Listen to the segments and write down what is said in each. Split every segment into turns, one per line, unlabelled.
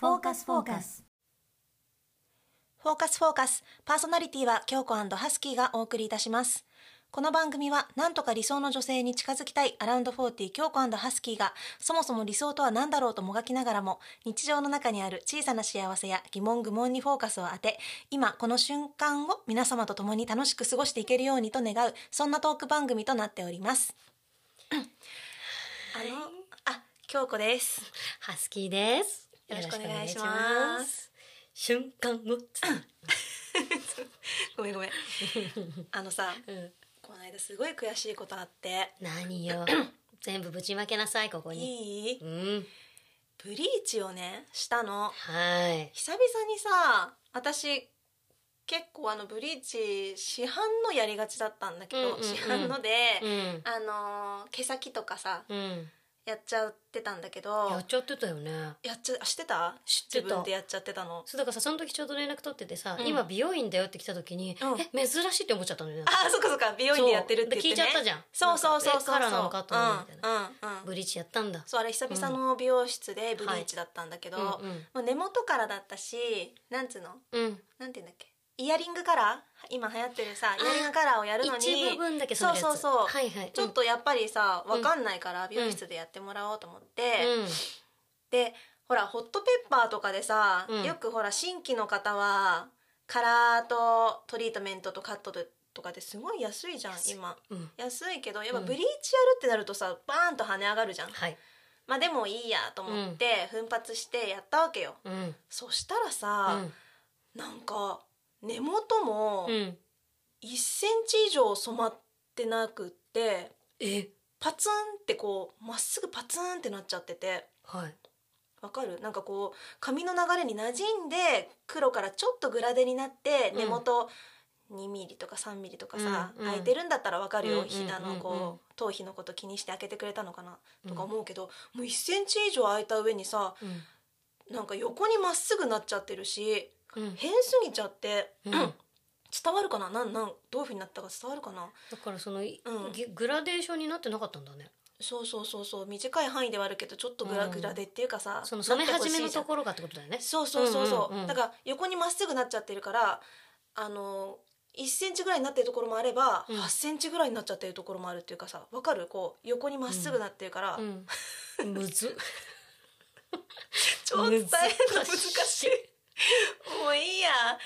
スフォーカス
フォーカスフォーカスパーソナリティは京子ハスキーがお送りいたしますこの番組はなんとか理想の女性に近づきたいアラウンド40京子ハスキーがそもそも理想とは何だろうともがきながらも日常の中にある小さな幸せや疑問愚問にフォーカスを当て今この瞬間を皆様と共に楽しく過ごしていけるようにと願うそんなトーク番組となっておりますあのあ京子です
ハスキーです
よろしくお願いします
瞬間を
ごめんごめんあのさ
うん
この間すごい悔しいことあって
何よ全部ぶちまけなさいここに
いい
うん
ブリーチをねしたの
はい
久々にさ私結構あのブリーチ市販のやりがちだったんだけど、
うんうんうん
市販ので、
うん
あのー毛先とかさ
うん
やっちゃってたんだけど
やっちゃってたよね
やっちゃあしてた
知ってた
自分でやっちゃってたの
そうだからさその時ちょうど連絡取っててさ、
うん
今美容院だよって来た時に、
うん
え珍しいって思っちゃったのよね
あーそっかそっか美容院でやってるって言って、ね、
そうで聞いちゃったじゃん
そうそうそうそうそう
なんかえカラーなのかと思うみたい
うんうんうん
ブリーチやったんだ
そうあれ久々の美容室でブリーチだったんだけど、
う
もう根元からだったしなんつうの
んうん、
なんていうんだっけイヤリングカラー今流行ってるさイヤリングカラーをやるのに
一部分だけ染めるやつ
そうそうそう
はいはい
ちょっとやっぱりさわかんないから美容室でやってもらおうと思って、でほらホットペッパーとかでさ、
うん
よくほら新規の方はカラーとトリートメントとカットでとかですごい安いじゃん
安い
今
うん、うん、
安いけどやっぱ
うん
ブリーチやるってなるとさバーンと跳ね上がるじゃん
はい
まあでもいいやと思って奮発してやったわけよ、
うん
そしたらさ、なんか根元も
うん、うん、
1センチ以上染まってなくって
え
パツンってこうまっすぐパツンってなっちゃってて
はい
わかるなんかこう髪の流れに馴染んで黒からちょっとグラデになって
うん
根元2ミリとか3ミリとかさ、
うんうん
開いてるんだったらわかる
うんうん
よ、
うん
ひあの
うんうん
こう頭皮のこと気にして開けてくれたのかなとか思うけど、もう1センチ以上開いた上にさ
う
なんか横にまっすぐなっちゃってるし
んうん
変すぎちゃって、
うん
伝わるかななんなんどういうふうになったか伝わるかな
だからその、い
うん
ぎグラデーションになってなかったんだね
そうそうそうそう短い範囲ではあるけどちょっとグラグラでっていうかさ、
その染め始めのと
ろ
ころがってことだよね
そうそうそうそう,、
うんうんうん
だから横にまっすぐなっちゃってるからあの1センチぐらいになってるところもあれば、
うん
8センチぐらいになっちゃってるところもあるっていうかさわかるこう横にまっすぐなってるから、
うん、 むずっ
超伝えるの難しい
い
もういいや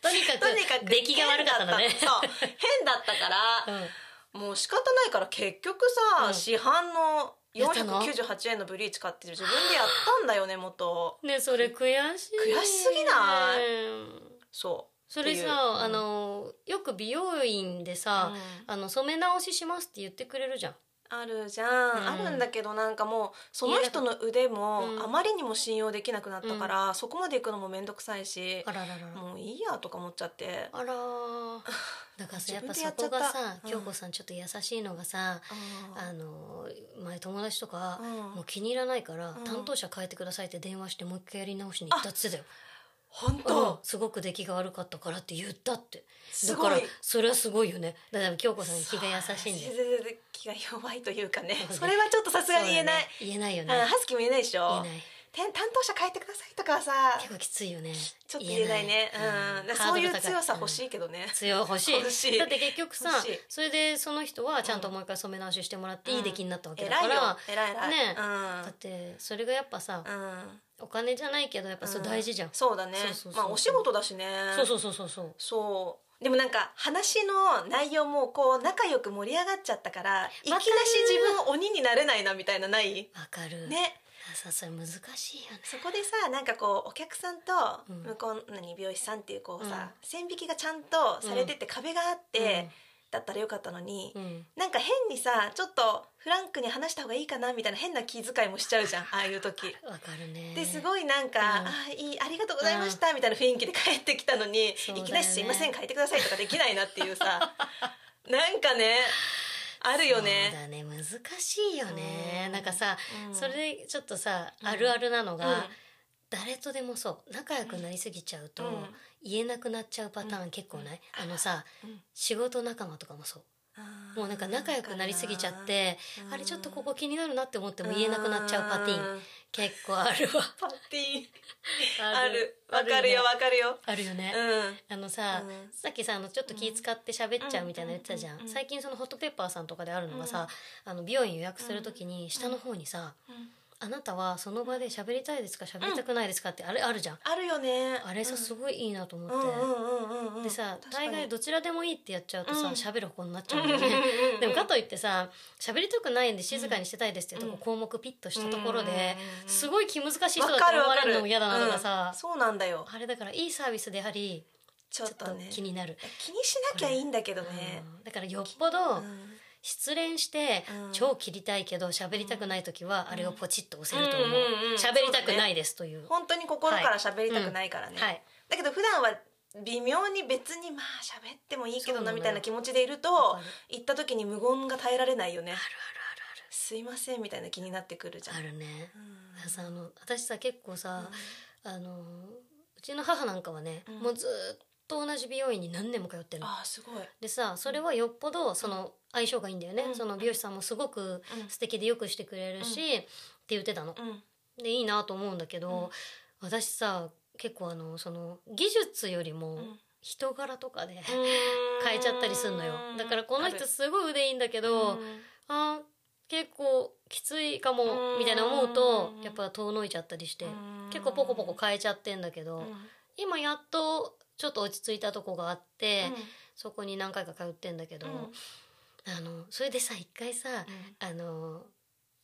とにか
とにかく
く出来が悪かったんだね
変だったそう変だったから
うん
もう仕方ないから結局さ、
うん
市販の
やったの
498円のブリーチ買って自分でやったんだよね元
ねそれ悔しい
悔しすぎないそう
それ
って
さ、
いう
あのよく美容院でさ、あの染め直ししますって言ってくれるじゃん
あるじゃん、
うん
あるんだけどなんかもうその人の腕も
うん
あまりにも信用できなくなったから、そこまで行くのも面倒くさいし
あらららら、
もういいやとか思っちゃって、
あらー だからさやっ
自
ぱ
分でや
そ
っちゃ
こ
った
がさ、
うん
京子さんちょっと優しいのがさ、あの前友達とか、
うん
もう気に入らないから、
うん
担当者変えてくださいって電話してもう一回やり直しに行ったっつってたよ、
本
うん
当、
すごく出来が悪かったからって言ったって
す
だか
ご
ら
い
それはすごいよねだから京子さん気が優しいんだよ
そう気が弱いというかね
そうね
それはちょっとさすがに言えない、
そうだね言えないよ
うん
ね
ハスキーも言えないでし
言え
ょ
ない
てん担当者変えてくださいとかはさ
結構きついよね
ちょっと言えないね。うん、だからそういう強さ欲し
い、
いけどね。
強い欲しい
欲しい
だって結局さ
欲しい
それでその人はちゃんともう一回染め直ししてもらっていい出来になったわけだ
偉
か
いよ
ら、。
偉い偉い。
ねだってそれがやっぱさ、
うん。
お金じゃないけどやっぱ
うん。
それ大事じゃん、
そうだね
そうそうそう。
まあお仕事だしね。
そうそうそうそうそう
そう。でもなんか話の内容もこう仲良く盛り上がっちゃったから、いきなし自分鬼になれないなみたいなない？
わかる、
ね。
あさそれ難しいよね
そこでさなんかこうお客さんと
うん
向こうに美容師さんっていうこう
うん
さ、線引きがちゃんとされてて壁があって、だったらよかったのに、
うんうん
なんか変にさちょっとフランクに話した方がいいかなみたいな変な気遣いもしちゃうじ ゃんああいう時。
わかるね
です
い
ごいなんか「
うん
あーいいありがとうございました」みたいな雰囲気で帰ってきたのに、
そうだ
い
よね
きなり「すいません変えてください」とかできないなっていう さなんかねあるよ
そう
ね。
だね難しいよね、
うん
なんかさ、
うん
それでちょっとさ、
うん
あるあるなの
うん
が、誰とでもそう仲良くなりすぎちゃうと、
うん
言えなくなっちゃうパターン結構ない、
うん
あのさ、
うん
仕事仲間とかもそう
あ
もうなんか仲良くなりすぎちゃってあれちょっとここ気になるなって思っても言えなくなっちゃうパティン
ン
結構あるわ
パティン あるわかるよわかるよ
あるよね、
う
あのさ、
うん
さっきさあのちょっと気使って喋っちゃうみたいなの言ってたじゃん,、
うんうんうん
最近そのホットペッパーさんとかであるのがさ、あの美容院予約するときに下の方にさ、
ん
あなたはその場で喋りたいですか喋りたくないですかってあれあるじゃん、
あるよね
あれさすごいいいなと思って、
ご
でさ大概
ど
どちらでもいいってやっちゃうと
うん
さ喋、る方になっちゃうんだよね、でもかといってさ喋りたくないんで静かにしてたいですっていうとこ、
うん
項目ピッとしたところで、
うん
すごい気難しい人だって思われるのも嫌だなとかさ、
そうなんだよ
あれだからいいサービスであり
ち
ち
ょ
ょ
っ
っ
と
と
ね気
気
に
になる、
しなきゃいいんだけどね
うんだからよっぽど
うん
失恋して
うん
超切りたいけど喋りたくない時はあれをポチッと押せると思う
うんうんうん
喋りたくないですという
本当に心から喋りたくないからね
はい
だけど普段は微妙に別にまあ喋ってもいいけど
そう
な
なのよ
みたいな気持ちでいると
わかる
行った時に無言が耐えられないよね
あるあ
すいませんみたいな気になってくるじゃん
るあるあるあるね
うん
だからさあの私さ結構さあのうちの母なんかはね
うん
もうずっと同じ美容院に何年も通ってるの
あーすごい
でさそれはよっぽどその相性がいいんだよね
うん
その美容師さんもすごく素敵でよくしてくれるしって言ってたの
うん
でいいなと思うんだけど私さ結構あのその技術よりも、
うん
人柄とかで変えちゃったりすんのよだからこの人
す
すごい腕いいんだけどあー結構きついか
う
も
ん
みたいな思うとやっぱ遠のいちゃったりして結構ポコポコ
っ
変えちゃってんだけど今やっとちょっと落ち着いたとこがあってそこに何回か通ってんだけど
うん
あのそれでさ一回さあの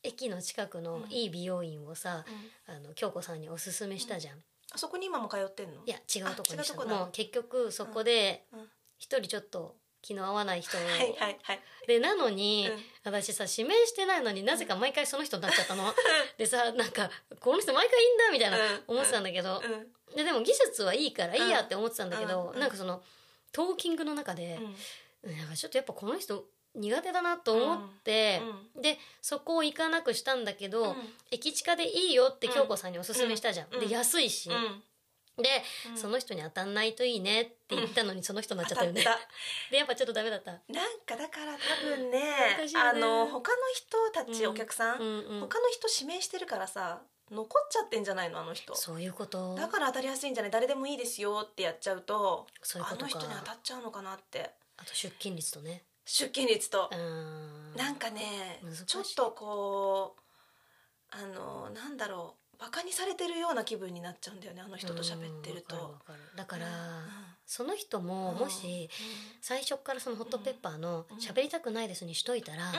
駅の近くのいい美容院をさあの京子さんにおすすめしたじゃん。
あそこに今も通ってんの
いや違うとこにした
あ違うとこだ
もう結局そこで
うんうん
一人ちょっと気の合わない人を
はいはいはい
でなのに、
うん
私さ指名してないのになぜか毎回その人になっちゃったの でさなんかこの人毎回いいんだみたいな
うん
思ってたんだけど、
うん
ででも技術はいいからいいやって思ってたんだけど、
うん
なんかそのトーキングの中で、なんかちょっとやっぱこの人苦手だなと思って、でそこを行かなくしたんだけど、駅近でいいよって京子さんにおすすめしたじゃん、
うん
で安いし、で、その人に当たんないといいねって言ったのにその人になっちゃったよね、でやっぱちょっとダメだった、
なんかだから多分ね
難しいよね
あの他の人たち
うん
お客さん
う
他の
んうん、
人指名してるからさ残っちゃってんじゃないのあの人
そういうこと
だから当たりやすいんじゃない誰でもいいですよってやっちゃうと
そういう
あ
こと
の
か
人に当たっちゃうのかなって
あと出勤率とね
出勤率と
うん
なんかね
難しい
ちょっとこうあのなんだろうバカにされてるような気分になっちゃうんだよねあの人と喋ってる
う
と。
んわかるわかるだから、
うん
その人も
うん
もし最初からそのホットペッパーの
うん
喋りたくないですにしといたら、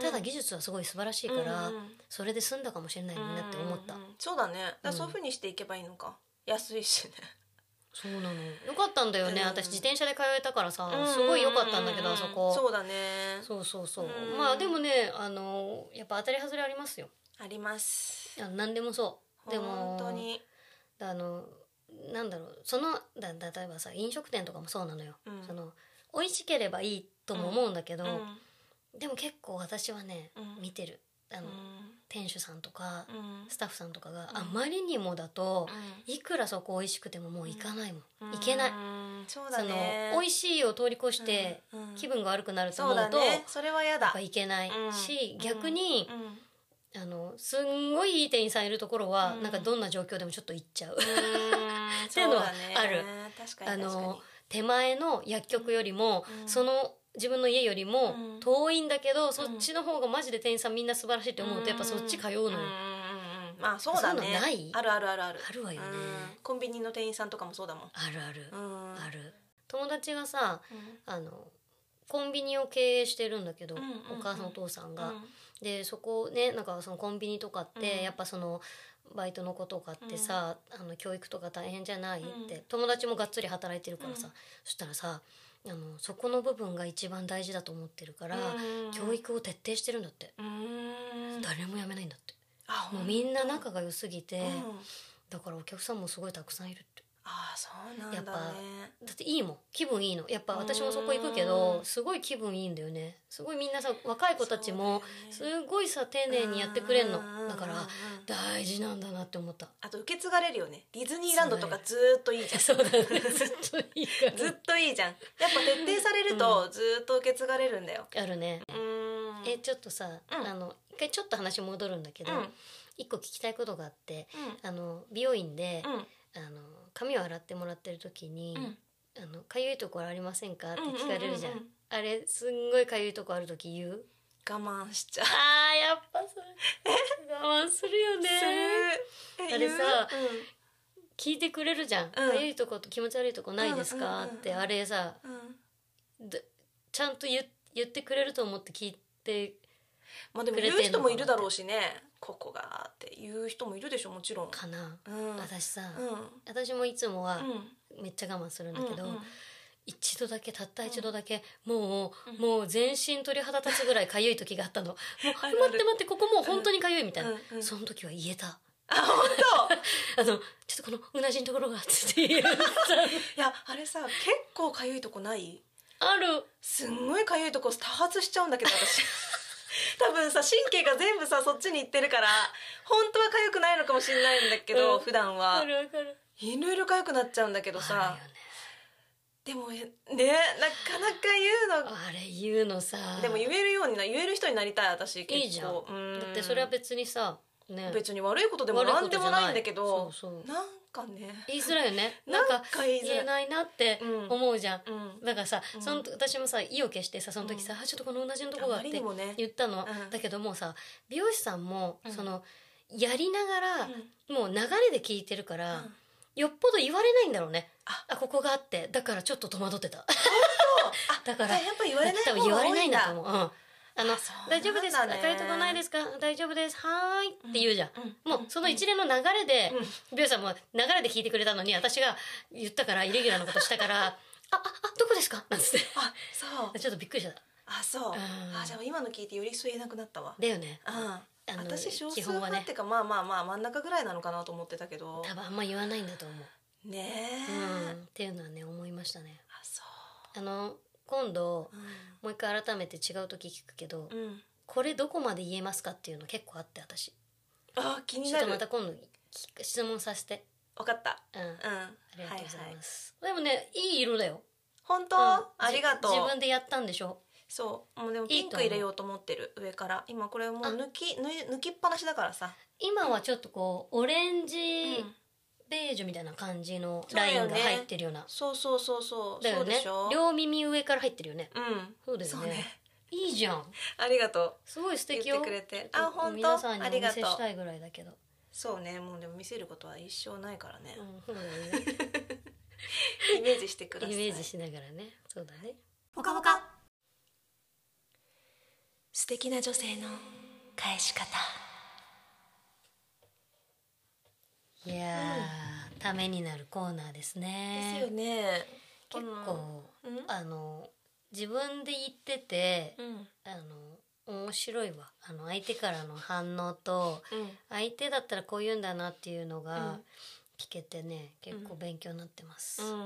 ただ技術はすごい素晴らしいから、
うんうん
それで済んだかもしれないなって思った、
うんうんそうだねだから
うん
そういうふうにしていけばいいのか安いしね
そうなのよかったんだよね、
うん
私自転車で通えたからさ、すごいよかったんだけど、
うう
あそこ
そうだね
そうそうそう、
うん
まあでもねあのやっぱ当たり外れありますよ
あります
いや何でもそうでも
本当に
あのなんだろうそのだ例えばさ飲食店とかもそうなのよ、
うん
その美味しければいいとも思うんだけど、
うん
でも結構私はね、
うん
見てるあの、店主さんとか、
うん
スタッフさんとかが
うん
あまりにもだと、
う
いくらそこ美味しくてももう行かないもん、
ん
行けない、
うんそうだ
その
ね
美味しいを通り越して、
うんうん
気分が悪くなると
そ
思
う
う
だ
と
ねそれはや
や
だ
っぱ行けないし、
うん
逆に、
うんうん
あのすんごいいい店員さんいるところは、
うん
なんかどんな状況でもちょっと行っちゃう。
って
ていうのはある
確か
あ
に確かに
の手前の薬局よりも、
うん
その自分の家よりも
うん
遠いんだけど、そっちの方がマジで店員さんみんな素晴らしいって思うと、やっぱそっち通うのよ、
んんんうんまあそうだね
そういうのない
あるあるあるある
あるわよね
うんコンビニの店員さんとかもそうだもん
あるある、
うん
ある友達がさ
うん
あのコンビニを経営してるんだけど、
うんうんうん
お母さんお父さんが、
うん
でそこねなんかそのコンビニとかって、
うん
やっぱそのバイトの子とかってさ、あの教育とか大変じゃない、
うん
って友達もがっつり働いてるからさ、
うん
そしたらさあのそこの部分が一番大事だと思ってるから、
うん
教育を徹底してるんだって、
うん
誰も辞めないんだって
あ
もうみんな仲が良すぎて、
うん
だからお客さんもすごいたくさんいるって
ああそうなんだ、
や
ね、
っぱだっていいもん気分いいのやっぱ私もそこ行くけどすごい気分いいんだよねすごいみんなさ若い子たちもす
そうだよね
ごいさ丁寧にやってくれんの
うんうんうんうん
だから大事なんだなって思った
あと受け継がれるよねディズニーランドとかずーっといいじゃん
そうだねずっといいから
ずっといいじゃんやっぱ徹底されるとずーっと受け継がれるんだよ
あるね
うん
えちょっとさ、
うん
あの一回ちょっと話戻るんだけど
うん
一、個聞きたいことがあってあの美容院で、
うん
あの髪を洗ってもらってる時に
うん
「あのかゆいところありませんか?」って聞かれるじゃん,、
うんうんうんうん
あれすんごいかゆいとこある時言う
我慢しちゃう
あーやっぱそれ我慢するよね
するえ
あれさ
言ううん
聞いてくれるじゃん、かゆいとこと気持ち悪いとこないですか、
うんうんうんうん
ってあれさ
うん
だちゃんと言言ってくれると思って聞いて
まあでも
くれ
言
てん
う
の
人もいるだろうしねここがって言う人もいるでしょもちろん
かな、
うん
私さ、
うん
私もいつもは
う
めっちゃ我慢するんだけど、
うんうん
一度だけたった一度だけ、もう、もう全身鳥肌立つぐらいかゆい時があっ たのもう
あ
待
る
って待ってここもう本当にかゆいみたいな、
うんうん
その時は言えた
あ本当
あのちょっとこのうなじのところがつって 言えた
いやあれさ結構かゆいとこない
ある
すんごいかゆいとこ多発しちゃうんだけど私 多分さ神経が全部さそっちに行ってるから本当はかゆくないのかもしれないんだけど、
うん
普段
あ
は
るわかる
いろいろかゆくなっちゃうんだけどさ
あ
でもねなかなか言う
るよ
の
ねあれ言うのさ
でも言えるようにな言える人になりたい私結構
いいじゃんだ
う
ってそれは別にさね
別に悪いことでも
悪いこ
な
と
んで
じゃ
も
ない
ないんだけど
そうそう
なんかね
言いづらいよね
な
なんん
か
か
言いづらい
言えないなって
うん
思うじゃん、
うん
だからさ、
ん
その私もさ意を消してさその時さ、あちょっとこの同じのとこがあっ
あまり
て
にもね
言ったの、
うん
だけどもうさ美容師さんも、
うん
そのやりながら、もう流れで聞いてるから、
うん
よっぽど言われないんだろうね
あ
あここがあってだからちょっと戸惑っ てただから
じゃあやっぱ言われない
多
方
分言
が
われ
多
ない
いん
んだ
だ
と思う、うん、あの
あそうなんだね
大丈夫ですか赤いとこないですか大丈夫ですはーいって言うじゃん、
うん
もうその一連の流れで、美容師さんも流れで聞いてくれたのに私が言ったからイレギュラーなことしたから「あああどこですか?」なんつって
あそう
ちょっとびっくりした
あそう
うん
あじゃあ今の聞いてよりそう言えなくなったわ
だよね
うん
あの
私少数
基本は
派
ね
っていうか、まあまあまあ真ん中ぐらいなのかなと思ってたけど
多分あんま言わないんだと思う、
ねえ、
うん、っていうのはね思いましたね
あそ
あの今度
う
もう一回改めて違う時聞くけど、
うん、うん、
これどこまで言えますかっていうの結構あって私
あ気に
ち
な
ょっと
る
また今度聞く質問させて
分かった
うんあ
うん
りがとうござ
はいいはい
ま、す、でもねいい色だよ
本当、
うん
ありがとう
じ自分でやったんでしょ
そうもうでも
いい
ピ
と
ン
思う
ク入れようと思ってる上から今これもう
あ
抜き抜い抜きっぱなしだからさ
今はちょっとこうオレンジ、
うん
ベージュみたいな感じの
そう
ラ
だ
イ
よ
ン
ね
が入ってるような
そうそうそうそう
だよ
そうで
ね
しょ
両耳上から入ってるよね
うん
そうだよね
そうね
いいじゃん
ありがとう
すごい素敵
言
よ
ってくれて
ちょっと
あ本当
皆さんにお
あり
見
が
せ
とう
したいぐらいだけど
そうねもうでも見せることは一生ないからね
う、んそうだよね
イメージしてく ださい
イメージしながらねそうだね
ぽかぽか素敵な女性の返し方
いやー、ためになるコーナーですね
ですよね
結構、
うん
あの自分で言ってて、
うん
あの面白いわあの相手からの反応と
うん
相手だったらこう言うんだなっていうの
う
が
ん
聞けてね、結構勉強になってます、
うんうんうん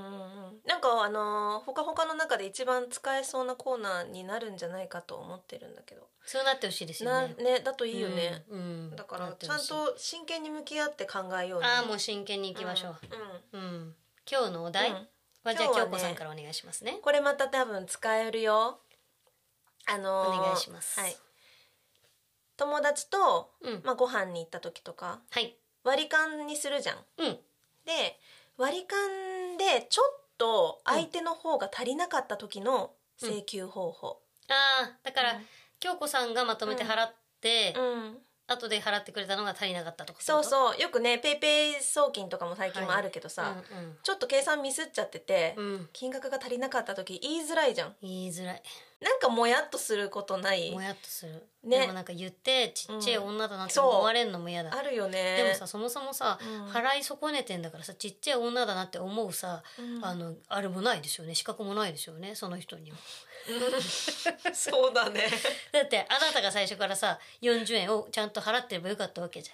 なんかあのーほかほかの中で一番使えそうなコーナーになるんじゃないかと思ってるんだけど
そうなってほしいですよ
な
ね
ねだといいよね、、
うんうん
だから
なって
ちゃ
ほ
ん
しい
と真剣に向き合って考えようね
ああもう真剣に行きましょう、うん今日のお題
うん
は、じゃあ
今日は
京
ね
子さんからお願いしますね
うんこれまた多分使えるよあのー
お願いします
はい、友達と、
うん
まあ、ご飯に行った時とか
はい
割り勘にするじゃん
うん
で割り勘でちょっと相手の方が足りなかった時の請求方法、
ああだから、
うん
京子さんがまとめて払って、
うん
後で払ってくれたのが足りなかったとか
そう
う
そうよくねペイペイ送金とかも最近もあるけどさ、
うん
ちょっと計算ミスっちゃってて、
うん、うん、
金額が足りなかった時言いづらいじゃん
言いづらい
なんかもやっとすることない
もやっとする、
ね
でもなんか言ってちっちゃい女だな
う
って
んそう
思われるのも嫌だ、
あるよね
でもさそもそもさ、
うん
払い損ねてんだからさちっちゃい女だなって思うさ、
うん
あのあれもないですよね資格もないですよねその人には
そうだ ね
だってあなたが最初からさ40円をちゃんと払ってればよかったわけじゃ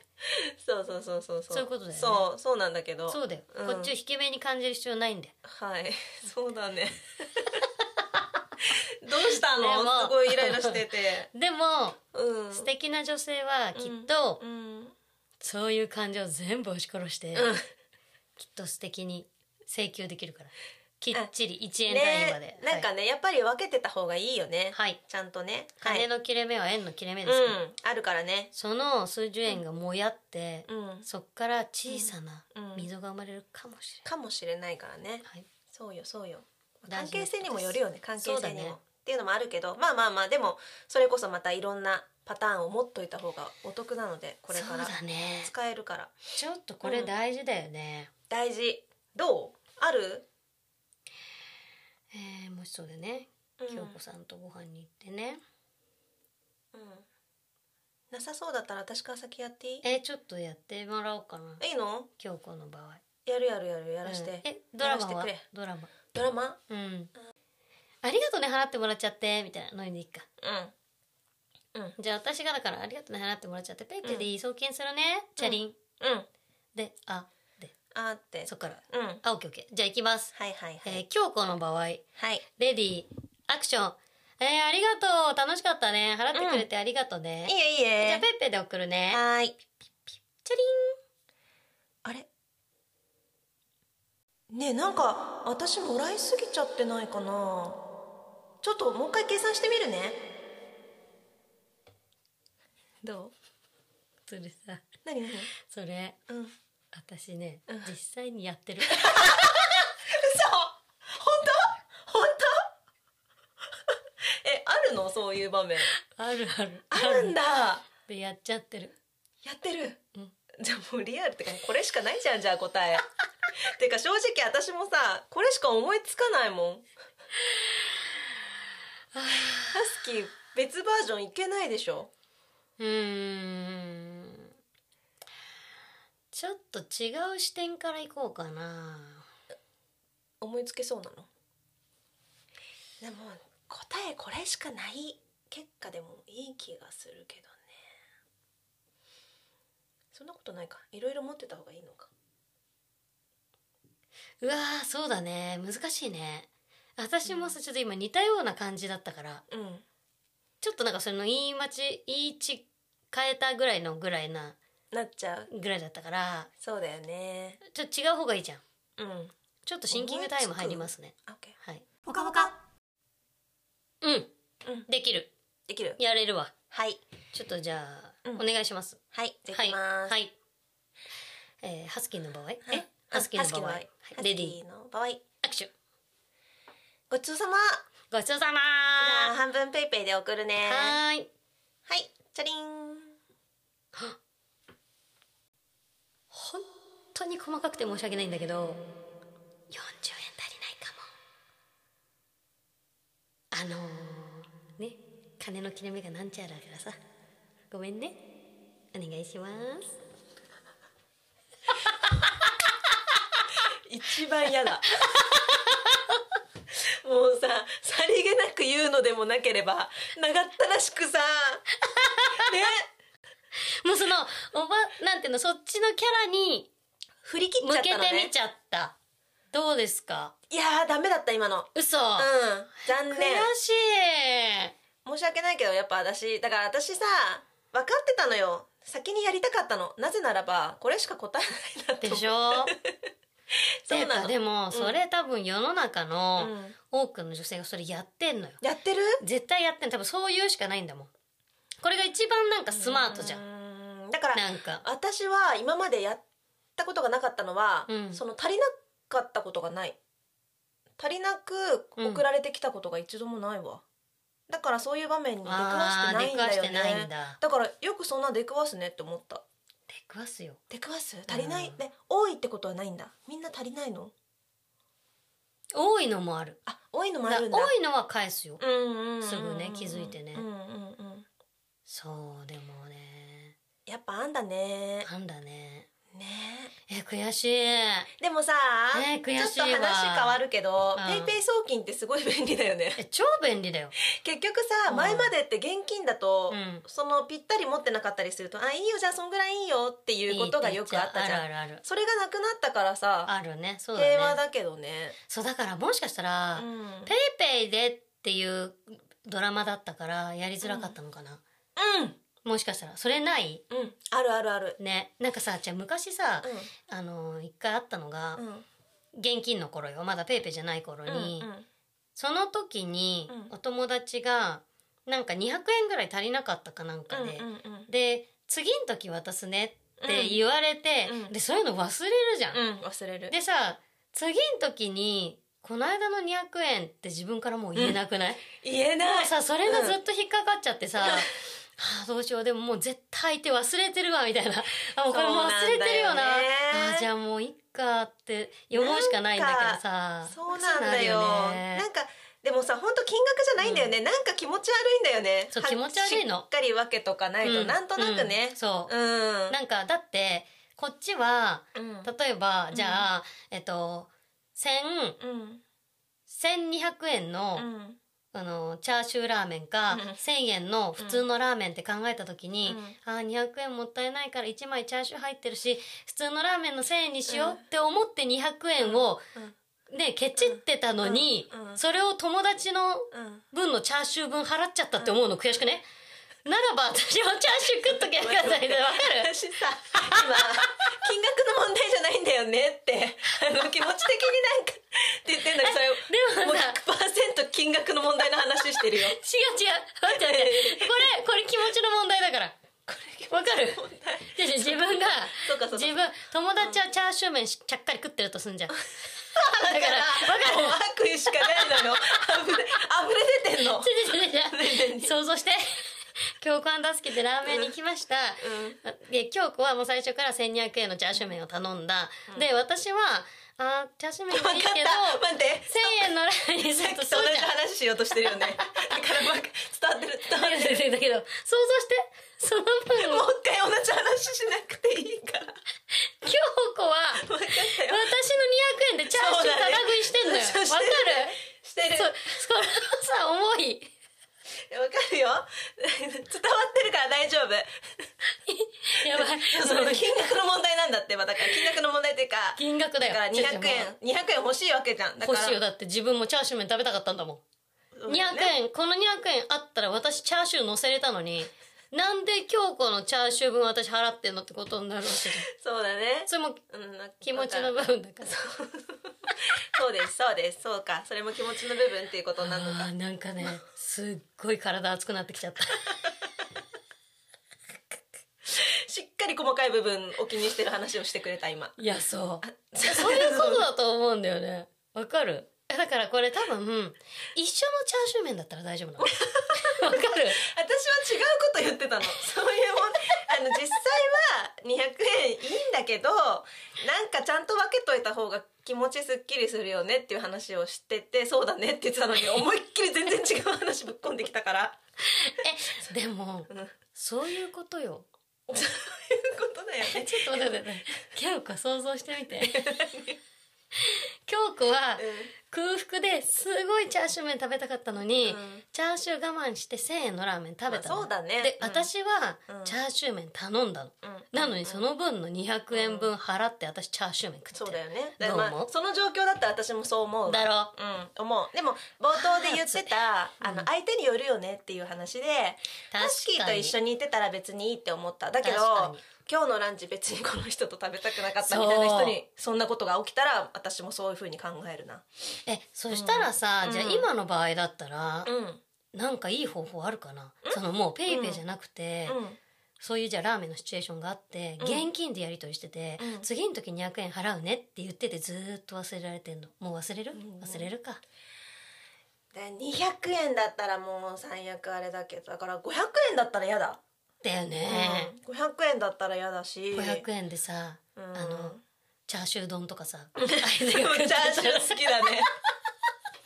そうそうそうそうそう
そういうことだよね
そうそうなんだけど
んそうだよ、
うん
こっちを引け目に感じる必要ないんだよ
はい そうだね どうした
で
の
も
すごいイライラして て
でも
うん
素敵な女性はきっと、
うんうん
そういう感情を全部押し殺して、きっと素敵に請求できるからきっちり1円単位まで、
ね、なんかね、やっぱり分けてた方がいいよね、
はい
ちゃんとね
はい、金
はい
の切れ目は円の切れ目
う
ですから、
んあるからね
その数十円がもやって、
うん
そっから小さな
うん
溝が生まれるかもし
かもしれないからね
れない、はい、
そうよそうよ
大
関
事
係性にもよるよね関係
そう
性
だ
に
ね
も、っていうのもあるけどまあまあまあでもそれこそまたいろんなパターンを持っといた方がお得なのでこれから
そうだね
使えるから
ちょっとこれ大事だよね、
大事どうある、
えーもしそうでね
うん
京子さんとご飯に行ってね、
うんなさそうだったら私から先やっていい
えーちょっとやってもらおうかない
いの
京子の場合
やるやるやるやらし
うん
て、
えドラマ
やら
は
せてくれ
ドラマ
ドラマ
うんありがとうね払ってもらっちゃってみたいなのにいいか
うんうん
じゃあ私がだからありがとうね払ってもらっちゃってペイペイでいい送金するね、チャリン
うん
であで
あーって
そっから
うんはい
あオッケーオッケーじゃあ行きます、
はいはい、
えー京子の場合
はい
レディーアクションえー、ありがとう楽しかったね払ってくれてありがとうね
い、いえいい
じゃあ
え
ペイペイで送るね
はーい
チャリン
あれねえなんか私もらいすぎちゃってないかなちょっともう一回計算してみるねど
それさ
う何何
それ
うん嘘
私ね、
うん
実際にやって る
本当本当えあるのそういう場面
あるある
あるんだ
でやっちゃってる
やってる、
うん
じゃあもうリアルってかこれしかないじゃんじゃあ答え てか正直私もさこれしか思いつかないもん ハスキー別バージョンいけないでしょ
うーんちょっと違う視点からいこうかな
思いつけそうなのでも答えこれしかない結果でもいい気がするけどねそんなことないかいろいろ持ってた方がいいのか
うわーそうだね難しいね私もさちょっと今似たような感じだったから
うん
ちょっとなんかその言い間ち言いち変えたぐらいのぐらいな
なっちゃう
ぐらいだったから
そうだよね
ちょっと違う方がいいじゃん
うん
ちょっとシンキングタイム入りますね
オッケー
はい
ほかほか
うん、
うん
できる
できる
やれるわ
はい
ちょっとじゃあ、
うん
お願いします
はい、じゃあ
はい
行きます。
はい、えーハスキーの場合、え
はい
ハスキーの場合
ハ
は
スキ
い
ーの場合
レデ
ハス
ィー
キーの場合。
握手
ごちそうさま。
ごちそうさ
じ
ま
ゃあ半分ペイペイで送るね。は
はーい
い、チャリン。
本当に細かくて申し訳ないんだけど40円足りないかもあのー、ね金の切れ目がなんちゃらだからさごめんねお願いします
一番嫌だ。 もうさ、さりげなく言うのでもなければ、長ったらしくさ。ね、
もうそのおばなんていうのそっちのキャラに
振り切っ
向
ちゃ
け
ってたのね
み。ちゃったどうですか
いやー、ダメだった今の。うん、
嘘、
残
悔
念。
しい
申し訳ないけどやっぱ私だから私さ分かってたのよ先にやりたかったのなぜならばこれしか答えないなって思
で
う
しょ
そう
て
なの
かでも
ん
それ多分世の中の
うん
多くの女性がそれやってんのよ
やってる
絶対やってんの多分そういうしかないんだもんこれが一番なんかスマートじゃん
んだから
なんか
私は今までやったことがなかったのは、
うん
その足りなかったことがない足りなく
うん
送られてきたことが一度もないわ、だからそういう場面に出くわし
あ
てな
ー
い
出
ん
くわ
だ
し
よ
てないん
ね
だ
だからよくそんな出くわすねって思った
出くわすよ
出くわす足りない、
うん
ね多いってことはないんだみんな足りないの
多いのもある
あ多いのもあるんだ
多いのは返すよ、
うんうんうんうん
すぐね気づいてね
うんうんうん
そうでもね
やっぱあんだね
なんだね
ね
え悔しい
えでもさ、
ねえ悔しい
ちょっと話変わるけど、
うん
ペイペイ送金ってすごい便利だよね
え超便利だよ、
結局さ、
うん
前までって現金だと、
うん、
そのぴったり持ってなかったりするとあいいよじゃあそんぐらいいいよっていうことがよくあったじゃん
いいって言っちゃうあるある
それがなくなったからさ
あるあるねそうだね
平和だけどね
そうだからもしかしたら、
うん
ペイペイでっていうドラマだったからやりづらかったのかな、もしかしたらそれない
うん、うん、あるあるある
ねなんかさじゃあ昔さ、
う
あの一回あったのが、
んうん
現金の頃よまだペイペイじゃない頃に、
うん
その時に
うん
お友達がなんか200円ぐらい足りなかったかなんかで、
うんうんうん
で次の時渡すねって言われて、
うん
でそういうの忘れるじゃん。
うん忘れる
でさ次の時にこの間の200円って自分からもう言えなくない、
言え
も
な
う
い
さそれがずっと引っかかっちゃって さ、はあどうしようでももう絶対相手忘れてるわみた いなあもうこれもう忘れてるよな
そうなんだよね
あじゃあもういっかって思うしかないんだけどさ
そうなんだよ
そうなる
な
ね
んかでもさ本当金額じゃないんだよね、なんか気持ち悪いんだよね
そう
は
気持ち悪いの
しっかり分けとかないと、
うん
なんとなくね
うんそ
う
う
ん、うん
なんかだってこっちは例えばじゃあ、えっと1000
うん
1200円の,、
うん
あのチャーシューラーメンか、
うん
1000円の普通のラーメンって考えた時に、
う
あー200円もったいないから1枚チャーシュー入ってるし普通のラーメンの1000円にしようって思って200円を、ね、ケチってたのに、
うんうん
それを友達の
うん
分のチャーシュー分払っちゃったって思うの悔しくね、ならば私もチャーシュー食っときゃよ かったみたいなわかる
私さ今金額の問題じゃないんだよねってあ の気持ち的になんかって言ってんだけどそれ
でも
う
さ
100%金額の問題の話してるよ
違う違う待って待ってこれこれ気持ちの問題だからわかる
問題
じゃあじゃあ 自分が
そうかそうか
自分友達はチャーシュー麺しちゃっかり食ってるとすんじゃんだからわかる
もう悪意しかないのよ溢れ溢れ出てんの
違う違う違う想像して京子アンダスケでラーメン屋に行きました、で京子はもう最初から1200円のチャーシュー麺を頼んだ、で私はあーチャーシュー麺
分か
が
っ
いい
た
けど
待って
1000円のラーメンにす
さ
る
っ
と
きと
そう
同
じ
じ
ゃん
話しようとしてるよねだからまあ伝わってる伝わってる
いやだけど想像してその分
もう一回同じ話しなくていいから
京子は
分かったよ
私の200円でチャーシュータダ食いしてんのよ。わ、
そうだ
か
ねしてる
る そう、それはさ、重い。
わかるよ 伝わってるから大丈夫
やばい。
それ 金額の問題なんだってまあだから金額の問題っていうか
金額だ
だ
よ。
から200
ちょっともう
円200円欲しいわけじゃんだから
欲しいよ。だって自分もチャーシュー麺食べたかったんだも
そ
ん。
う
200
だよね
円、この200円あったら私チャーシュー乗せれたのに、なんで京子のチャーシュー分私払ってんのってことになるわけじゃん。
そうだ ね
それも
うんなんか
気持ちの部分だから。
そうですそうですそうかそれも気持ちの部分っていうこと なの
あ
か
ーなんかね、すっごい体熱くなってきちゃ った。
しっかり細かい部分を気にしてる話をしてくれた今
いや、そう。そういうことだと思うんだよね。わかるえだからこれ多分、一緒のチャーシュー麺だったら大丈 夫なの。わかる
私は違うこと言ってたの そういうもんあの実際は200円いいんだけどなんかちゃんと分けといた方が気持ちすっきりするよねっていう話をしててそうだねって言ってたのに思いっきり全然違う話ぶっ込んできたから
え、でも、
うんそういう
そういうことよ。
ことだよ
え
ね
ちょっと待って待って。京子想像し てみて。京子は空腹ですごいチャーシュー麺食べたかったのに、
うん
チャーシュー我慢して1000円のラーメン食べたの。
まあそうだね
で、
うん
私は
うん
チャーシュー麺頼んだの。なのにそ
うん
の分の200円分払って私チャーシュー麺食ってる
そうだよね
どう
だ
思う
まあその状況だったら私もそう思うわ
だろ
うん思うでも冒頭で言ってたあの相手によるよねっていう話で
確かに
タスキーと一緒にいてたら別にいいって思っただけど
確かに
今日のランチ別にこの人と食べたくなかったみたいな人にそんなことが起きたら私もそういうふうに考えるな
えそしたらさ、
うん
じゃあ
うん
今の場合だったら
う、んうん
なんかいい方法あるかな、そのもうペイペイじゃなくて、そういうじゃあラーメンのシチュエーションがあって、
うん
現金でやり取りしてて、
うん
次の時200円払うねって言っててずーっと忘れられてんのもう忘れる、
うん
忘れるか
で200円だったらもう最悪あれだけどだから500円だったら嫌だ、
だよ
うん
ね、
500円だったら嫌だし
500円でさ、
うん
あのチャーシュー丼とかさ
チャーシュー好きだね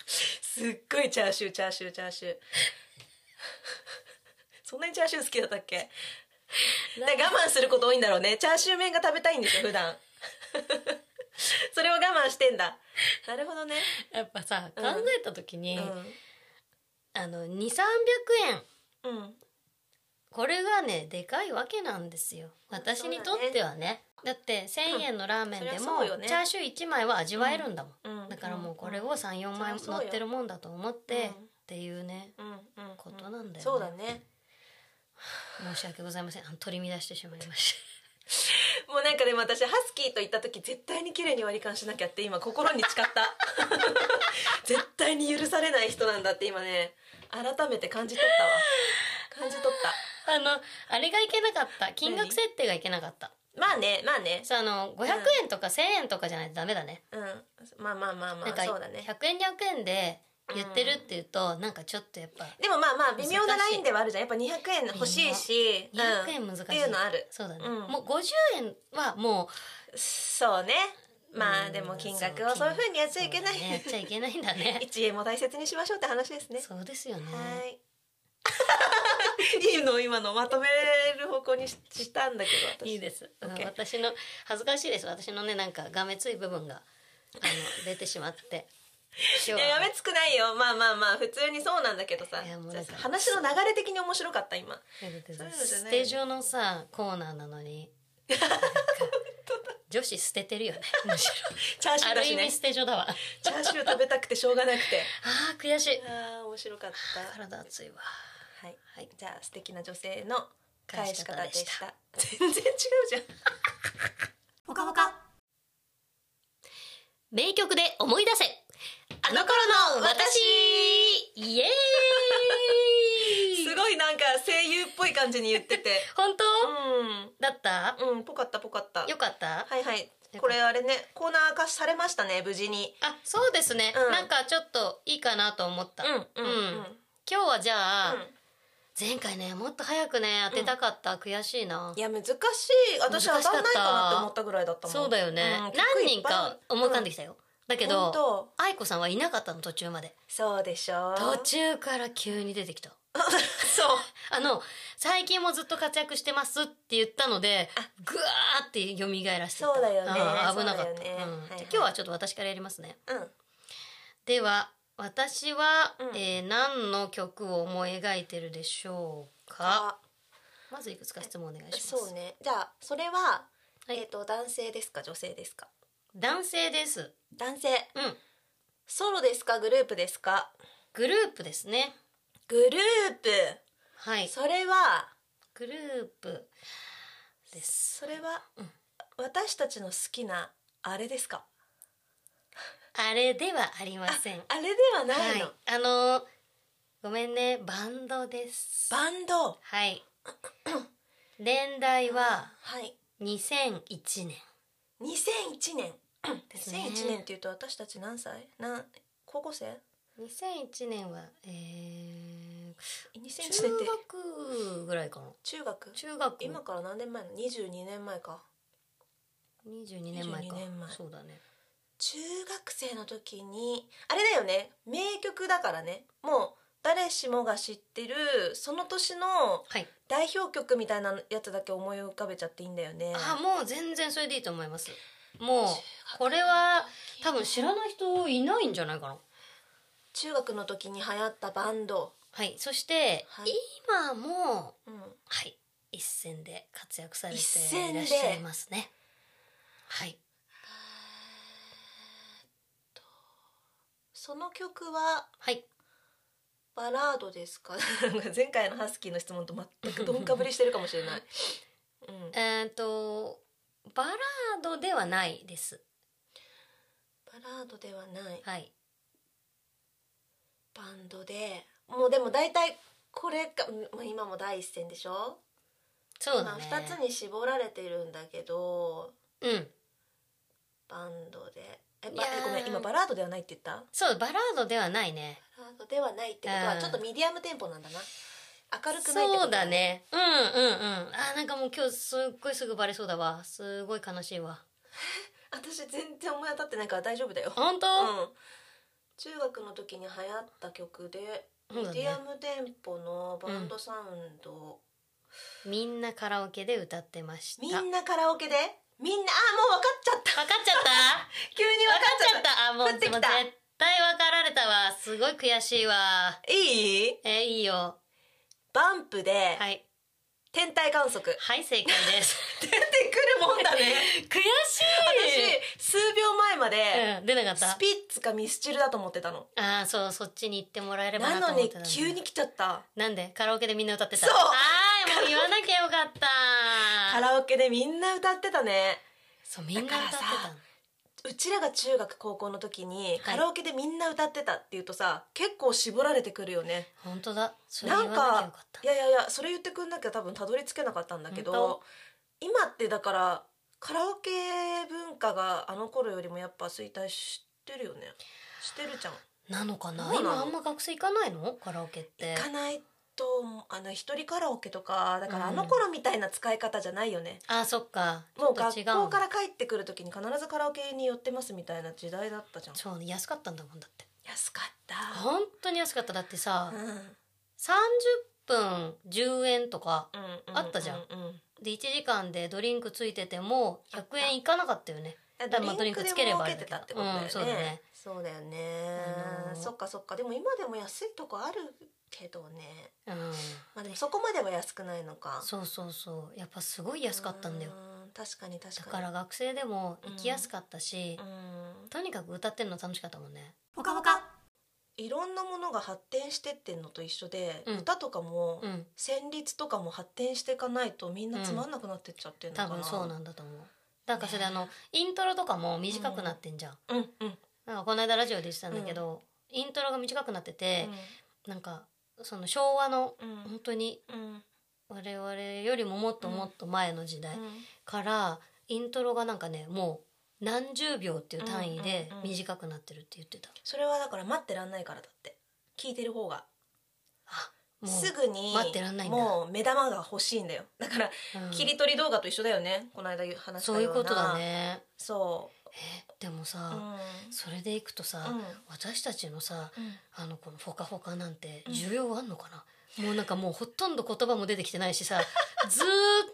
すっごいチャーシューチャーシューチャーシューそんなにチャーシュー好きだったっけで
ラーメン
我慢すること多いんだろうねチャーシュー麺が食べたいんですよ普段それを我慢してんだなるほどね、
やっぱさ
う
考
ん
えた時に、あの2300円
うん、うん、
これがねでかいわけなんですよ私にとってはねだって1,000円のラーメンで
うんそりゃ
も、
そうよね
チャーシュー1枚は味わえるんだもん、
うん
だからもうこれを34枚
そりゃそうよ
乗ってるもんだと思って、
うん
っていうね
うんうん
ことなんだよね
そうだね
申し訳ございませんあの取り乱してしまいまし
もうなんかでも私ハスキーと行った時絶対に綺麗に割り勘しなきゃって今心に誓った絶対に許されない人なんだって今ね改めて感じ取ったわ感じ取った
た あのあれがいけなかった金額設定がいけなかった
まあねまあね
さあの500円とか1,000円とかじゃないとダメだね、
うんまあまあまあま
なんか
あそう
100
だね
円200円で言ってるっていうと、なんかちょっとやっぱ
でもまあまあ微妙なラインではあるじゃんやっぱ200円欲しいし
200円難し
うん、
い、
っていうのある
そうだね、
うん
もう50円はも
そうねまあ
うん
でも金額をそういうふうにやっちゃいけな
う、ね、やっ
い
ちゃいけないんだね
1円も大切にしましょうって話ですね
そうですよね、
はい。いいの今のまとめる方向にししたんだけど私
いいです、うん
OK
私の恥ずかしいです私のねなんかがめつい部 分があの出てしまって
い
今
や
日
や
は
めつくないよまあまあまあ普通にそうなんだけどさ
いやもうなんか
話の流れ的に面白かった今そういうのじゃない
ステージ上のさコーナーな のに女子捨ててるよねむしろ
チャーシュー
あ
だ
る
し
意
ね
味ステージ 上だわあ
チャーシュー食べたくてしょうがなく て
あー悔しい
あー面白かった
体熱いわ
はい、
はい
じゃあ素敵な女性の返し方でした全然違うじゃん
ほかほか名曲で思い出せあの頃の私イエーイ
すごいなんか声優っぽい感じに言って て
本当
う
だった
んうんぽかったぽかった
よかった
はいはい。これあれね、コーナー化されましたね、無事に。
あそうですね、
うん
なんかちょっといいかなと思った、うん今日はじゃあ、前回ねもっと早くね当てたかった、悔しいない
や、難しい。私当
難しかった
たんないかなって思ったぐらいだったもん。
そうだよね、
うん
何人か思い浮かんでき
た
たよ、だけ
本
ど
当
愛子さんはいなかったの途中まで
そうでしょう。
途中から急に出てきた
そう。
あの最近もずっと活躍してますって言ったので
あ
ぐわーって蘇らしてた
そうだよね
あー危なかっ
そう
た、
だよね
うん
はいはい
じゃあ今日はちょっと私からやりますね
うん。
では私は、
うん
えー何の曲を思い描いてるでしょうか
あ、
まずいくつか質問お願いします
そうね。じゃあ、それは、
はい
えっと、男性ですか、女性ですか。
男性です
男性。
うん
ソロですか、グループですか。
グループですね
グルー
は
プ。
い
それは、
グループです
それは
うん、
私たちの好きな、あれですか。
あれではありません
あれではないの、
はいあのーごめんねバンドです
バンド
はい。年代は
はい
2001年
2001年
ですね。
2001年っていうと私たち何歳なん高校生
2001年は、
2001年
えー、
って
中学ぐらいかな。
中学
中学
今から何年前の22年前か
22年前か
22年前
そうだね。
中学生の時にあれだよね名曲だからねもう誰しもが知ってるその年の
はい。
代表曲みたいなやつだけ思い浮かべちゃっていいんだよね
あもう全然それでいいと思います。もう
学
これは多分知らない人いないんじゃないかな。
中学の時に流行ったバンド、
はい。そして、
はい
今も
うん、
はい一線で活躍されて
一線
い
で
らっしゃいますね。はい。
その曲は
はい。
バラードですか 前回のハスキーの質問と全くどんかぶりしてるかもしれない、うん、
えっ、とバラードではないです。
バラードではない
はい。
バンドでもうでも大体これかもう今も第一線でしょ
そうだね。
まあ、2つに絞られてるんだけど
うん。
バンドでえ
い
ば
やー
えごめん今バラードではないって言った
そうバラードではないね。
バラードではないってことは
うん
ちょっとミディアムテンポなんだな明るくないってこと
そうだね。うんうんうん。あーなんかもう今日すっごいすぐバレそうだわ。すごい悲しいわ。
私全然思い当たってないから大丈夫だよ
本当？
うん中学の時に流行った曲で、
そうだ
ミディア
ね
ム電波のバンドサウンド、
みんなカラオケで歌ってました
み
分か
んなカラオケでみんなあもう分かっちゃった
っち ゃった
急に分
分か
か
っちゃ
っちゃっ
ったたあもう
降ってきた
もう絶対分かられたわすごい悔しいわ
いい
えいいよ
バンプで
はい
天体観 測、
はい正解です
出てくるもんだ ね
悔しい
私数秒前まで、
うん、出なかった
スピッツかミスチルだと思ってたの
ああそうそっちに行ってもらえればなと
なの
思っ
に
てたんだ
急に来ちゃった
なんでカラオケでみんな歌ってた
そう
ああもう言わなきゃよかった
カラオケでみんな歌ってたね
そうみんな歌って
だから
た
さ
の
うちらが中学高校の時に
はい
カラオケでみんな歌ってたっていうとさ結構絞られてくるよね
本当だそれ言
な
わ
ん
なきゃよか
か
った
いやいやいやそれ言ってくんなきゃ多分たどり着けなかったんだけど
本
今ってだからカラオケ文化があの頃よりもやっぱ衰退してるよねしてるじゃん
なのかな
どうなの
今あんま学生行かないのカラオケって
行かないとあの一人カラオケとかだからあ
うん
の頃みたいな使い方じゃないよね、
あーそっか
もう学
ちょっと違
校からら帰ってくる時に必ずカラオケに寄ってますみたいな時代だったじゃん
そう安かったんだもんだって
安かった
本当に安かっただってさ、
うん
30分10円とか
うんう
あったじゃん
ううん
で1時間でドリンクついてても100円いかなかったよねだからまあ
ドリンク
ド
で
リンクつければ
儲けてたってことだよね,、
うんそうだね
そうだよね、
あのー
そっかそっかでも今でも安いとこあるけどね
うん
まあでもそこまでは安くないのか
そうそうそうやっぱすごい安かったんだよ
うん確かに確か
だ
に
から学生でも行きやすかったし、
うん
とにかく歌ってるの楽しかったもんね
ほかほかいろんなものが発展してってんのと一緒で、
うん
歌とかも、
うん
旋律とかも発展していかないとみんなつまんなくなってっちゃってんのか
多
な、
分そうなんだと思うなんかそれであのイントロとかも短くなってんじゃん、
うんうんうん
なんかこの間ラジオで言ってたんだけど、イントロが短くなってて、なんかその昭和の
うん
本当に
うん
我々よりももっともっと前の時代
うん
からイントロがなんかねもう何十秒っていう単位で
うんうんうん
短くなってるって言ってた、
それはだから待ってらんないからだって聞いてる方が
もう
すぐに
待ってらんないんだ
もう目玉が欲しいんだよだから、
うん
切り取り動画と一緒だよねこの間話し
そ
た
ういう
ような
ことだね
そ
でも
う、うん
さ、それでいくとさ、
うん
私たちのさ
うん
あのこの「ほかほか」なんて
うん
需要あんのかな、もうなんかもうほとんど言葉も出てきてないしさずーっ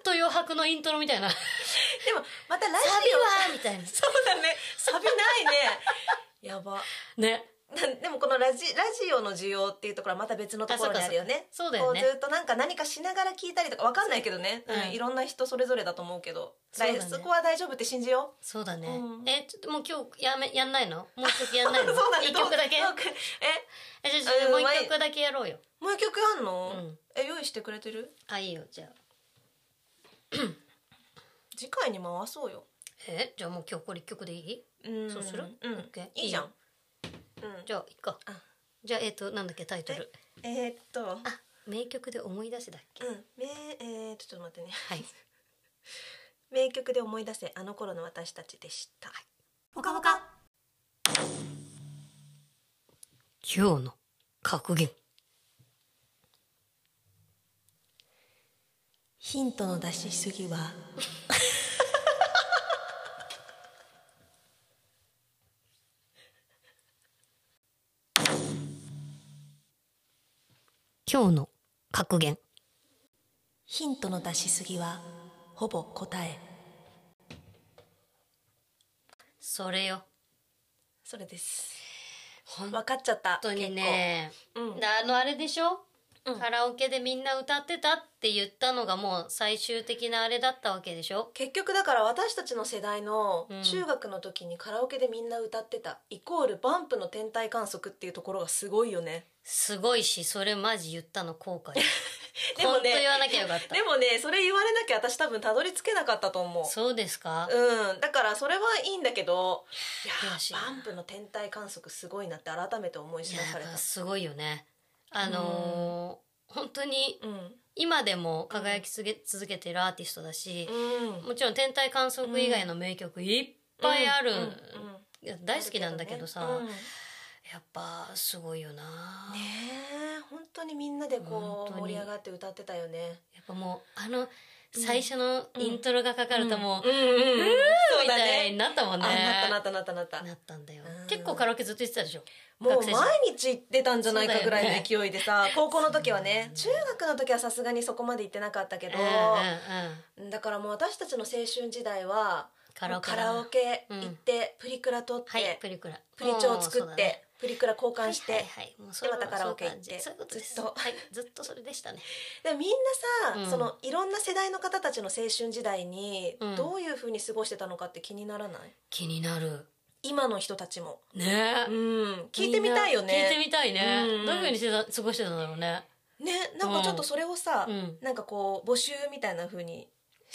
と余白のイントロみたいな「サ
でもまたラジ
ビ
オ
は!」みたいな
そうだね サビないねやば
ね
なでもこのラジラジオの需要っていうところはまた別のところにあるよね。
そうだよね
こうずっとなんか何かしながら聞いたりとかわかんないけどね、
うん
うんいろんな人それぞれだと思うけどそ,、
そうだね
そこは大丈夫って信じよ
そうだね、
うん
えちょっともう今日やめやんないのもう一曲やん
う。
ないの
そうだね
一曲だけ
どうどうえ
えじゃあじゃあ
うん
もう
まあいい
一曲だけやろうよ
もう一曲あんの、
うん
え用意してくれてる
あいいよじゃあ
次回に回そうよ。
えじゃあもう今日これ一曲でいい
うん
そうす
う
る
ん
オッケー
いいじゃん。うん
じゃあいっか
あ
じゃあえっ、となんだっけタイトル
えーっと、
あ名曲で思い出せだっけ
うん、めえーっとちょっと待ってね。
はい
名曲で思い出せあの頃の私たちでした。
ほかほか今日の格言
ヒントの出しすぎは。
今日の格言
ヒントの出しすぎはほぼ答え
それよ
それです
本
分かっちゃった
当にね
結構うん
あのあれでしょ、
うん
カラオケでみんな歌ってたって言ったのがもう最終的なあれだったわけでしょ
結局だから私たちの世代の
うん
中学の時にカラオケでみんな歌ってた、イコールバンプの天体観測っていうところがすごいよね
すごいしそれマジ言ったの後悔
でもね
本当言わなきゃよかった
でもねそれ言われなきゃ私多分たどり着けなかったと思う
そうですか、
うんだからそれはいいんだけどいや
悔しいな
バンプの天体観測すごいなって改めて思い
い
知
や
らされ
やったぱすごいよねあのー本当に
うん
今でも輝きつげ続けてるアーティストだし、
うん
もちろん天体観測以外の名曲いっぱいある、いや大好きなんだけどさ、
うん
やっぱすごいよな、
ねえ本当にみんなでこう
本当
盛
に
り上がって歌ってたよね。
やっぱもうあの最初のイントロがかかるともう、
うんうん、そう
みたいになったも
あ
んね
なったなったなったなった
なったんだよ
うん
結構カラオケずっと行ってたでしょ
もう
学生時
毎
代
日行ってたんじゃないかぐらいの勢いで さ、高校の時はね中
そう
学の時はさすがにそこまで行ってなかったけど、
うんうんうん
だからもう私たちの青春時代は
カラオケ
もう
だな
カラオケ行って、プリクラ撮って、
はいプリクラ
プリチョを作
も
っ
うそうだ
て、
ね
プリクラ交換して、
はいはいはいもうそれは
でまたカラオケ行って
そういうことです
ずっと
はいずっとそれでしたね
でみんなさ、
うん
そのいろんな世代の方たちの青春時代に
うん
どういう風に過ごしてたのかって気にならない、
気になる
今の人たちも、
ね
うん聞いてみたいよ
聞いて
ね
みたいね
うん
どういう風にしてた過ごしてたんだろうね
ねなんかちょっとそれをさ、
うん
なんかこう募集みたいな風に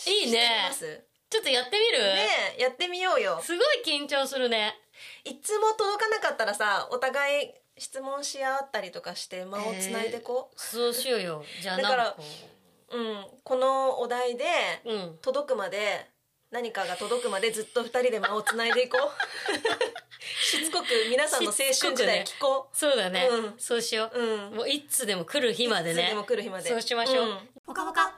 いい
して
ね
ます
ちょっとやってみる
ねえやってみようよ
すごい緊張するね
いつも届かなかったらさお互い質問し合ったりとかして間をつないでこ
そうしようよじゃあ
だから
なんかこ
う、うんこのお題で
ううん
届くまで何かが届くまでずっと二人で間をつないでいこう しつこく皆さんの青春時代
し
聞こ
そうだね
うん
そうしよ
う、うん
うもういつでも来る日まで
いつ
ね
でも来る日まで
そうしましょうん
ぽかぽか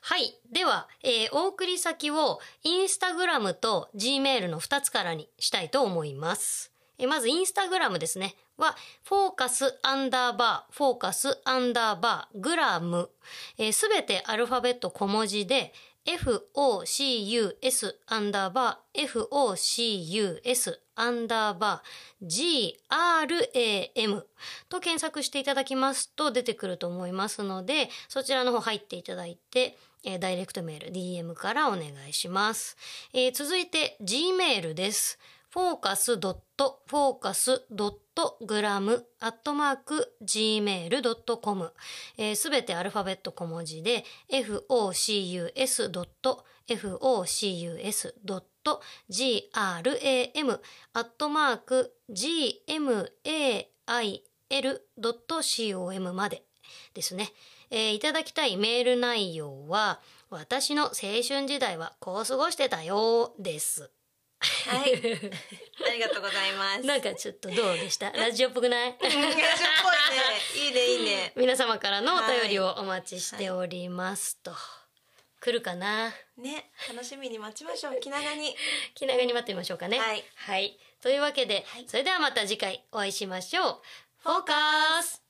はい。では、えーお送り先をインスタグラムと G メールの2つからにしたいと思います。えーまず、インスタグラムですね。は、フォーカスアンダーバー、フォーカスアンダーバー、グラム。す、え、べ、全てアルファベット小文字で、focus アンダーバー、focus アンダーバー、gram と検索していただきますと出てくると思いますので、そちらの方入っていただいて、えーダイレクトメール、DM からお願いします。えー続いて、Gmail です。focus.focus.gram.gmail.com すべてアルファベット小文字で focus.focus.gram アットマーク gmail.com までですね、えーいただきたいメール内容は私の青春時代はこう過ごしてたよです
はいありがとうございます
なんかちょっとどうでしたラジオっぽくない
うんラジオっぽいねいいねいいね
皆様からのお便りをお待ちしておりますと、来るかな
ね楽しみに待ちましょう気長に
気長に待ってみましょうかね
はい
というわけで、それではまた次回お会いしましょうフォーカス